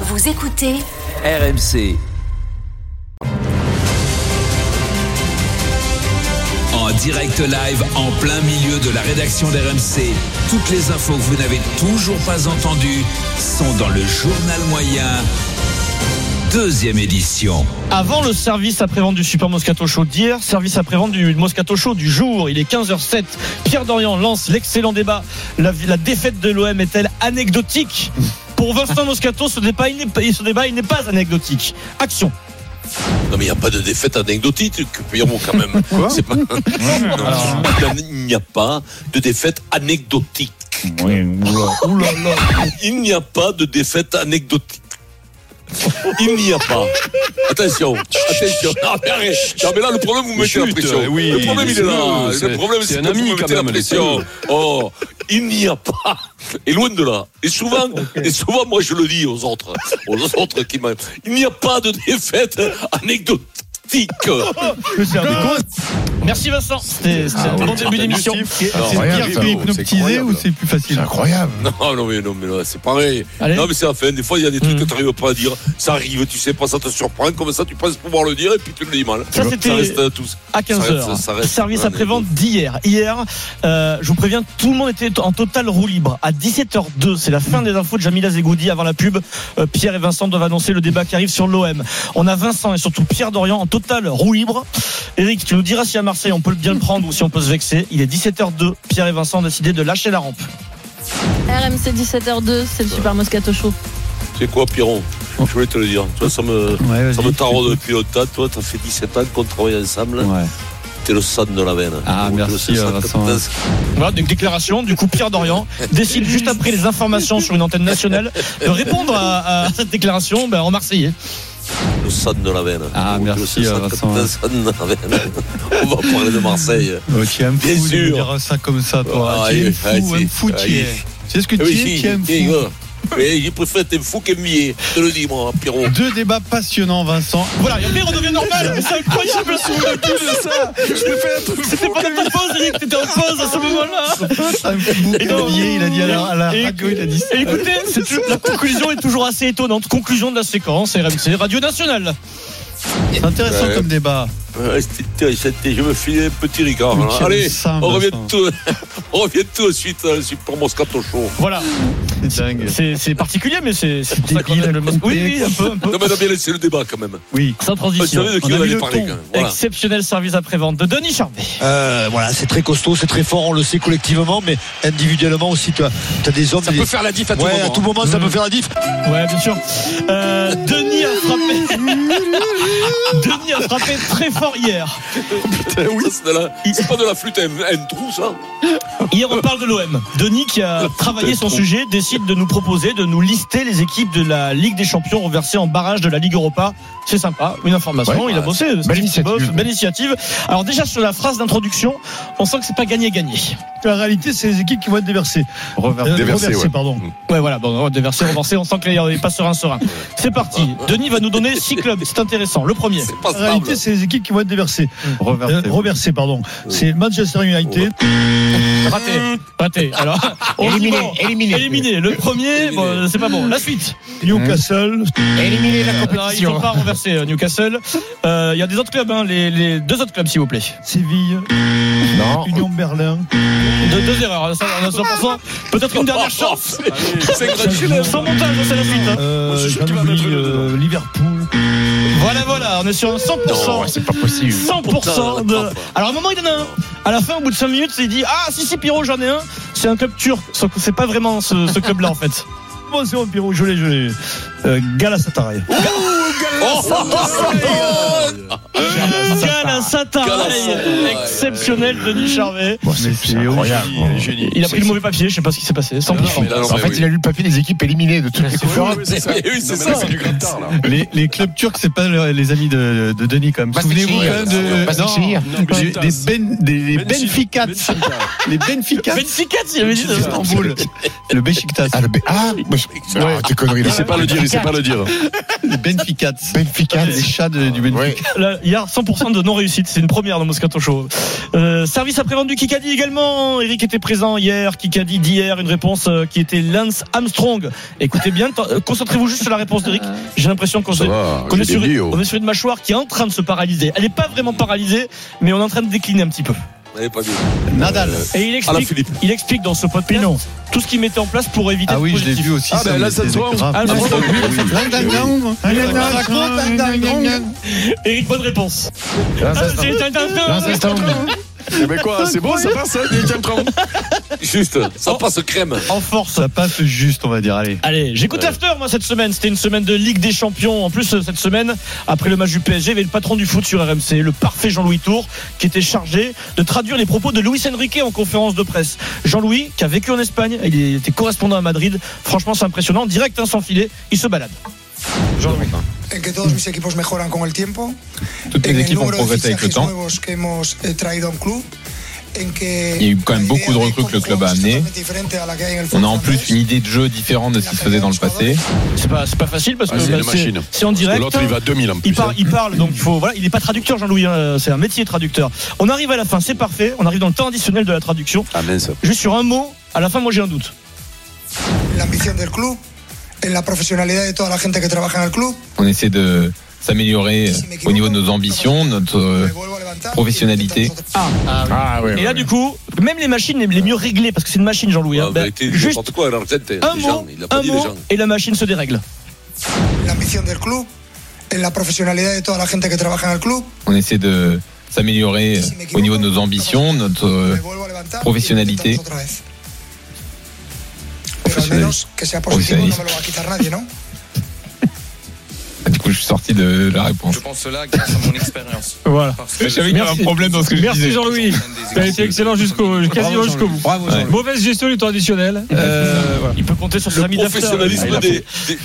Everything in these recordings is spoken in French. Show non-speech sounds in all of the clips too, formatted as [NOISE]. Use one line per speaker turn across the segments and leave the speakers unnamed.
Vous écoutez
RMC. En direct live, en plein milieu de la rédaction d'RMC, toutes les infos que vous n'avez toujours pas entendues sont dans le journal moyen, deuxième édition.
Avant le service après-vente du Super Moscato Show d'hier, service après-vente du Moscato Show du jour. Il est 15h07. Pierre Dorian lance l'excellent débat. La, la défaite de l'OM est-elle anecdotique Pour Vincent Moscato, ce débat, il n'est pas- ce débat, il n'est pas anecdotique. Action.
Non mais il n'y a pas de défaite anecdotique, Pierrot quand
[LAUGHS]
même. C'est pas... Non, Il n'y a pas de défaite anecdotique. Il n'y a pas de défaite anecdotique. Il n'y a pas. Attention, attention. Non mais, arrête. Non, mais là le problème vous mettez la
Chut,
pression.
euh, oui,
le problème il est là.
laissez-le, c'est-
Le problème
c'est
c'est
un
que vous
ami,
me
quand
mettez la
même,
pression. Oh, il n'y a pas. Et loin de là. Et
[LAUGHS]
souvent, et souvent moi je le dis aux autres, aux autres qui m'aiment. Il n'y a pas de défaite anecdotique.
Le service. Merci Vincent. C'était
Ah
c'était un bon début d'émission.
C'est incroyable,
pire
ça, gros,
que
c'est
hypnotisé
incroyable.
ou c'est plus
C'est
facile
incroyable.
[LAUGHS] Non, non, mais non, mais là, c'est pareil.
Allez.
Non, mais c'est la fin. Des fois, il y a des trucs
Mm.
que tu n'arrives pas à dire. Ça arrive, tu sais pas, ça te surprend. Comme ça, tu penses pouvoir le dire et puis tu le dis mal.
Ça, c'était-
reste à tous.
à
Ça reste- ça
15h.
reste
Service
un
après-vente d'hier. Hier, euh, je vous préviens, tout le monde était en total roue libre. À 17h02, c'est la fin des infos de Jamila Zegoudi avant la pub. euh, Pierre et Vincent doivent annoncer le débat qui arrive sur l'OM. On a Vincent et surtout Pierre Dorian en total roue libre. Eric, tu nous diras si à Marseille on peut bien le prendre ou si on peut se vexer. Il est 17h02. Pierre et Vincent ont décidé de lâcher la rampe.
RMC 17h02, c'est le Super Moscato Show.
C'est quoi, Piron Je voulais te le dire. Toi, ça me,
Ouais,
ça
vas-y.
me taraude depuis longtemps. Toi, t'as fait 17 ans qu'on travaille ensemble.
Ouais.
T'es le sang de la veine.
Ah,
Donc,
merci,
je le sens
Vincent.
que t'as-
Voilà, donc déclaration. Du coup, Pierre Dorian décide juste après les informations sur une antenne nationale de répondre à, à cette déclaration ben, en marseillais.
Le sang de la veine.
Ah,
Donc, je
merci,
le sens que
Vincent. hein.
t'as le sang de la veine. On va parler de Marseille.
[LAUGHS] Oh, tu aimes fou
Bien
de
sûr.
dire ça comme ça, toi.
Ah,
tu
oui,
aimes fou,
ah, si.
un fou,
Ah,
tu
oui.
es. Tu sais ce que tu
Oui,
es,
si, eh,
tu aimes
si,
fou.
gars. Mais je préfère t'aimer fou qu'aimer. Je te le dis, moi, Pierrot.
Deux débats passionnants, Vincent.
Voilà, et après on devient normal, mais c'est incroyable ce moment de ça C'était pas dans ta pause, Eric, t'étais en pause à ce moment-là
Ça me fout beaucoup
Et
de
donc-
biais, il a dit à la, à la
Et-
radio, il a dit ça.
Et écoutez, c'est toujours- la conclusion est toujours assez étonnante. Conclusion de la séquence, RMC, Radio Nationale.
C'est intéressant
Ouais.
comme débat.
Ouais, c'était- c'était- Je me file un petit ricard.
Mais
là.
quel
Allez,
sein,
on revient,
Vincent.
tout, [LAUGHS] on revient tout de suite à le Super Moscato
Oh.
Show.
Voilà,
C'est dingue.
c'est c'est particulier, mais c'est c'est pour ça qu'on
Débile,
aime le Moscou. Oui,
complexe.
oui, un peu, un peu.
Non, mais non, mais c'est le débat quand même.
Oui.
Sans
Vous
transition.
savez Ah, de qui on
On a mis
allait
le
parler
ton.
quand même. Voilà.
Exceptionnel service après-vente de Denis Charvet.
Euh, voilà, c'est très costaud, c'est très fort, on le sait collectivement, mais individuellement aussi, tu as, t'as des hommes. Ça peut faire la diff à tout moment. hein. à tout moment, ça peut faire la diff.
Ouais, bien sûr. Euh, Denis a
[LAUGHS]
frappé. Denis a frappé très fort hier.
Eh Ça, c'est de la- C'est pas de la flûte à un, à un trou, ça
Hier, on parle de l'OM. Denis, qui a travaillé son sujet, décide de nous proposer de nous lister les équipes de la Ligue des Champions reversées en barrage de la Ligue Europa. C'est sympa, une information.
Ouais,
il
bah,
a bossé. c'est une
initiative.
bosse, belle initiative. Alors, déjà, sur la phrase d'introduction, on sent que c'est pas gagné-gagné.
La réalité, c'est les équipes qui vont être déversées.
Reverse.
Ah,
Euh,
Déversées,
reversées,
ouais.
pardon.
Ouais, voilà, bon, on va déverser, reverser, on sent qu'il n'est pas serein, serein. C'est parti. Denis va nous donner six clubs. C'est intéressant. Le premier.
C'est pas
La
stable.
réalité, c'est les équipes qui vont être déversées. Euh,
Reversé.
reversées, pardon. C'est Manchester United.
[LAUGHS] Raté. Raté. Alors, on y va.
éliminé.
Éliminé. Le premier, bon, c'est pas bon. La suite.
Newcastle,
Éliminé la
Non, ils sont pas renversés euh, Newcastle. Euh, Il y a des autres clubs, hein, les, les deux autres clubs s'il vous plaît.
Séville,
Non.
Union Berlin.
De, deux erreurs, hein. ça, on a 100%. Peut-être une dernière chance.
[LAUGHS] C'est gratuit, là.
Sans montage, c'est la suite. hein.
Euh,
Moi, je suis sûr
j'en
qu'il va
oublie,
mettre le dedans.
euh, Liverpool.
Voilà, voilà, on est sur un 100%.
C'est pas possible.
100% de... Alors à un moment il en a un. À la fin, au bout de 5 minutes, il dit Ah si si Pierrot j'en ai un. C'est un club turc. Sauf que c'est pas vraiment ce, ce club-là en fait.
[LAUGHS] Bon, c'est bon, Pierrot, je l'ai, je l'ai. Euh, Galatasaray.
Oh,
Galatasaray,
Galatasaray.
exceptionnel Denis Charvet.
Bon, c'est- C'est incroyable.
Il a pris le mauvais papier. Je sais pas ce qui s'est passé. 100%.
Non, non,
En
mais
fait,
oui.
il a lu le papier des équipes éliminées de toutes les
[LAUGHS]
conférences.
Mais oui, c'est ça.
Les, les clubs turcs, c'est pas le- les amis de, de Denis quand même. Souvenez-vous quand même de.
Başakşehir.
J'ai- des, ben, des, les Benficats. Les Benficats.
Benfica, il avait dit euh, ça.
d'Istanbul. Le Beşiktaş.
Ah, le B- ah, bah, je- non, tes conneries.
Il sait pas le dire, il sait pas le dire.
Les Benficats.
Benfica.
Les chats de- du Benfica.
Ouais.
Là, il y a 100% de non-réussite. C'est une première dans Moscato Show. Euh, service après-vente du Kikadi également. Eric était présent hier. Kikadi d'hier. Une réponse euh, qui était Lance Armstrong. Écoutez bien. t- euh, Concentrez-vous juste sur la réponse d'Eric. J'ai l'impression qu'on
Ça
s'est-
va,
qu'on est,
j'ai
sur
des
une,
bio.
on est sur une mâchoire qui est en train de se paralyser. Elle n'est pas vraiment paralysée, mais on est en train de décliner un petit peu.
Vous n'avez pas vu.
Nadal.
Et il
À la
explique,
Philippe.
il explique dans ce podcast
Pinon.
tout ce qu'il mettait en place pour éviter
Ah
le
oui, je l'ai
positif.
vu aussi.
Ah, ben là, ça
mais
se
c'est
voit.
grave.
Ah,
Ah,
mais-
oui, oui, oui.
Eric, bonne réponse. Ah,
L'incestant.
c'est-
L'incestant.
Eh ben quoi, c'est bon, ça passe, ça, des caltrons.
Juste, ça passe crème.
En force.
Ça passe juste, on va dire. Allez.
Allez, j'écoute l'after moi cette semaine. C'était une semaine de Ligue des Champions. En plus, euh, cette semaine, après le match du PSG, il y avait le patron du foot sur RMC, le parfait Jean-Louis Tour, qui était chargé de traduire les propos de Luis Enrique en conférence de presse. Jean-Louis, qui a vécu en Espagne, il était correspondant à Madrid. Franchement, c'est impressionnant. Direct, hein, sans filet, il se balade.
en que
Mm.
todos mis equipos mejoran con el tiempo,
Toutes
en
les
el
équipes ont
número de
progressé avec le
fichajes
temps.
nuevos que hemos eh, traído a un club. En que
Il y a eu quand même
la
beaucoup
idea
de
de
recrues que le
cómo
club a
jugamos es
amené.
totalmente diferente a la que hay en
On
el
a
fútbol
en plus
francés.
une idée de jeu différente de ce qui se faisait dans le passé.
C'est pas, c'est pas facile parce que
Ah, c'est
bah,
une machine.
c'est en
Parce que
direct.
L'autre, il va à 2000
Ah,
en plus.
Il, par-
hein.
il parle, donc il faut. Voilà, il n'est pas traducteur, Jean-Louis. hein, c'est un métier traducteur. On arrive à la fin, c'est parfait. On arrive dans le temps additionnel de la traduction.
Ah mince.
Juste sur un mot. À la fin, moi, j'ai un doute.
La ambición del club, en la profesionalidad de toda la gente que trabaja en el club.
On essaie de s'améliorer
Si me equivoco,
au niveau de nos ambitions, notre euh,
me vuelvo a levantar.
professionnalité.
Ah,
Ah ouais.
Et là, du coup, même les machines les mieux réglées, parce que c'est une machine, Jean-Louis. hein,
Ah,
ben,
mais t'es
juste
n'importe quoi, l'Argentine.
un
Les
mot,
gens, il a pas
un
dit les
mot,
gens.
et la machine se dérègle.
La ambición del club, en la profesionalidad de toda la gente que trabaja en el club.
On essaie de s'améliorer au niveau de nos ambitions, notre euh,
Me vuelvo a levantar. y lo
profesionalité.
intentamos otra vez. Pero al menos que sea positivo no me lo va a quitar nadie, ¿no?
Ah, Du coup, je suis sorti de la réponse.
Voilà.
Je savais qu'il y avait un problème dans ce que je disais.
Jean-Louis. Tu as été excellent jusqu'au, quasiment jusqu'au bout.
Bravo, Jean-Louis. Euh,
Mauvaise gestion du temps additionnel. Il peut compter sur ses amis
Le
d'after.
professionnalisme
Ah, Il a
des.
fait- Ben,
des-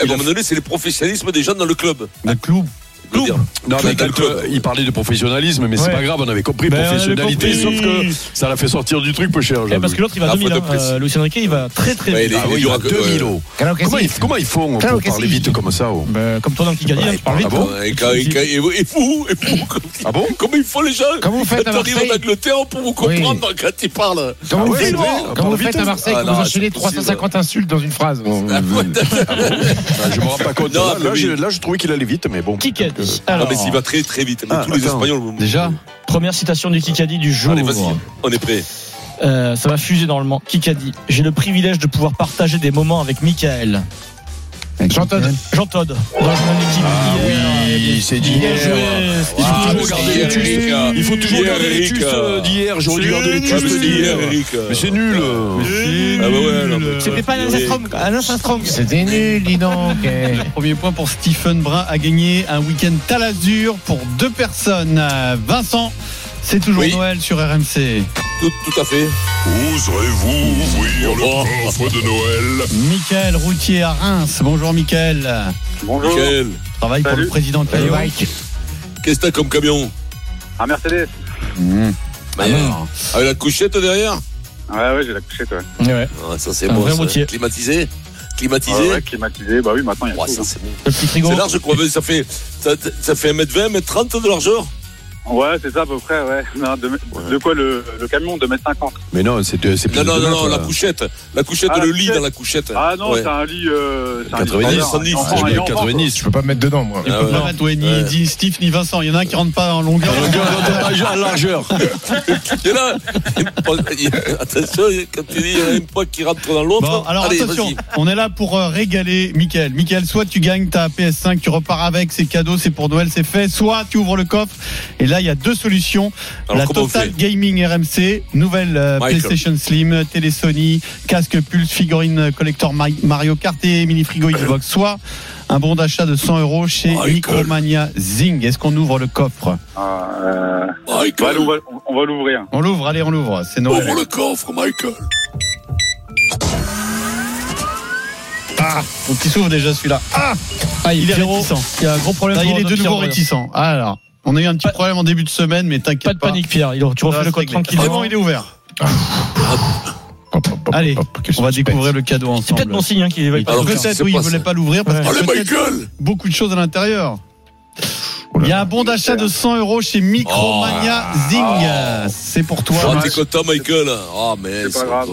À un moment donné, c'est le professionnalisme des gens dans le club.
Le clou.
Je veux dire.
Non, mais
Club,
quand,
club.
euh, il parlait de professionnalisme, mais
Ouais.
c'est pas grave, on avait compris
Ben, on avait
professionnalité, sauf
compris.
que ça l'a fait sortir du truc peu cher.
Eh, parce
j'avoue.
que l'autre, il va
La
2000.
faute
Hein.
de précision.
Euh, Luis Enrique, il va très très
Ouais,
vite.
il est-
Ah oui,
il
il y
aura
aura
que- euh,
2000 euros. Comment ils, comment ils font
Claro
pour
que si.
parler vite comme ça oh
Bah, Comme toi dans le Kikadi, hein, tu parles vite.
Ah bon
Et quand- et quand- et vous, et vous, et vous, comme-
Ah bon
Comment ils font les gens
Comme vous faites à
Quand t'arrives en
Marseille.
Angleterre pour vous comprendre hein, quand ils parlent.
Quand vous
Ah ouais,
faites-
ouais, on
quand
parle
vous
vite,
faites à
hein.
Marseille,
Ah
que
non,
vous
c'est
enchaînez
possible.
350 insultes dans une phrase.
Ah, ouais, d'accord.
Ah, Je me rends pas compte.
Non,
Là,
mais
là,
oui.
je, là, je trouvais qu'il allait vite, mais bon. peut-être
Kikadi.
Non,
Alors,
Ah, mais s'il va très très vite. Mais
Ah,
tous les
attends.
Espagnols.
Déjà
première citation du Kikadi du jour.
Allez, vas-y, on est prêt.
Euh, ça va fuser normalement. Kikadi. J'ai le privilège de pouvoir partager des moments avec Michael.
J'entends.
Jean Todd, dans la journal d'équipe
Ah
hier.
Il s'est dit
Bien joué.
Il faut
Ah,
toujours
mais
garder
c'est
les tustes.
Eric, hein.
Il faut toujours
Hier,
garder les
Eric,
tustes
hein.
euh, d'hier. J'aurais dû garder les
Ah, mais
tustes
c'est
d'hier.
hier, Eric.
Mais c'est nul. euh.
Ah, bah ouais, non, mais-
C'était pas Alain Armstrong. Alain Armstrong.
C'était nul, dis donc. eh.
Premier point pour Stephen Brun a gagné un week-end Talazur pour deux personnes. Euh, Vincent, c'est toujours
Oui.
Noël sur RMC.
Tout, tout à fait. Oh.
Oserez-vous ouvrir le coffre de Noël
Michael Routier à Reims. Bonjour Michael.
Bonjour.
Michael,
Travaille pour
Salut.
le président Caillot.
qu'est-ce que t'as comme camion
Ah, Mercedes
Mmh.
Mmh.
Ah,
Ah,
Bah,
Avec la couchette derrière
Ouais, ouais, j'ai la couchette, ouais.
Ouais.
Ah, Ça, c'est
Un
bon.
vrai
ça.
routier.
Climatisé Climatisé
Ah,
Ouais, ouais, climatisé. Bah oui, maintenant, il y a
Ouah,
tout.
ça, c'est bon.
Le petit frigo.
C'est large, quoi. Ça fait, ça, ça fait 1m20, 1m30 de largeur.
hein. Ouais, c'est ça, à peu près, ouais. [LAUGHS] Non, de, de quoi le, le camion De mètre 50
Mais non, c'est c'est plus
Non, non,
de
non,
neuf,
non,
là.
la couchette. La couchette,
Ah,
le
la
lit
couchette.
dans la couchette.
Ah non,
Ouais.
c'est un lit. Euh, c'est un lit
90,
standard.
70,
Enfant,
Ah,
un
j'ai
lit
mis
enfant,
Je peux pas me mettre dedans, moi.
Il
Ah,
peut
ouais.
pas mettre, ouais, ni,
Ouais.
ni Steve ni Vincent. Il y en a un qui rentre pas en longueur.
Ah, regarde, regarde, regarde, largeur.
Et là, attention, quand tu dis il y en a un poids qui rentre dans l'autre.
Bon, alors
allez,
attention,
vas-y.
on est là pour euh, régaler Michael. Michael, soit tu gagnes ta PS5, tu repars avec, c'est cadeau, c'est pour Noël, c'est fait. Soit tu ouvres le coffre. Et là, il y a deux solutions.
Alors,
la
comment on
Total
fait
Gaming RMC, nouvelle euh,
Michael.
PlayStation Slim, télé Sony, casque Pulse, figurine collector Ma- Mario Kart et
[COUGHS]
mini frigo Xbox. Soit un bon d'achat de 100 euros chez
Michael.
Micromania Zing. Est-ce qu'on ouvre le coffre
Ah, euh, bah,
Michael,
allez, on va, on va l'ouvrir.
On l'ouvre, allez, on l'ouvre. C'est Noël.
ouvre le coffre, Michael.
Donc il s'ouvre déjà celui-là. Ah, il est
Pierrot,
réticent.
Il y a un gros problème.
Là,
pour
il est de
notre
nouveau
Pierre.
réticent. Ah, alors, on a eu un petit
Pas-
problème en début de semaine, mais
Pas
t'inquiète
de
pas.
panique, Pierre. Il- Tu
Ça va
refais le
se
code
régler. C'est
tranquillement.
bon, il est ouvert. Allez, on va découvrir le cadeau ensemble.
C'est peut-être mon signe hein, qu'il est
Alors peut-être, oui, il ne voulait pas l'ouvrir parce
Ouais.
que
Ah,
Allez, ma
peut-être beaucoup de choses à l'intérieur. Il y a un bon d'achat de 100 euros chez Micromania Zing.
Ah.
C'est pour toi.
Oh, t'es
Max.
content, Michael Ah, mais
C'est pas
grave.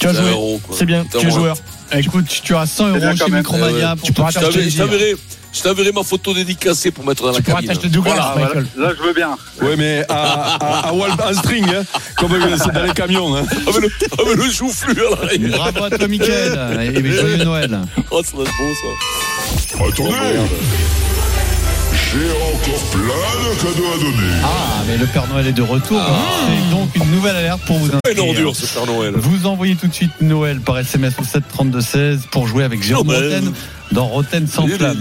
Tu as joué.
C'est bien,
tu es joueur. Écoute, tu as 100 euros chez Micromania. pour
Euh, Tu
te faire
eh Je
plaisir.
t'enverrai- je t'enverrai ma photo dédicacée pour mettre dans la cabine.
t'acheter deux
Voilà,
grammes, Michael.
voilà. Là, je veux bien.
Ouais, mais à, à, à Wal- en string, hein, comme euh, c'est dans les camions. Hein.
Avec Ah, le, avec le joufflu à l'arrière.
Bravo à toi, Mickaël.
[LAUGHS]
Et- et joyeux Noël.
Oh, ça doit être bon, ça.
Attendez J'ai encore plein de cadeaux à donner.
Ah, mais le Père Noël est de retour. C'est donc une nouvelle alerte pour vous
Ah. Une
inscrire.
ordure, ce Père Noël.
Vous envoyez tout de suite Noël par SMS au 732-16 pour jouer avec Jérôme
Noël.
Roten dans Roten sans flamme.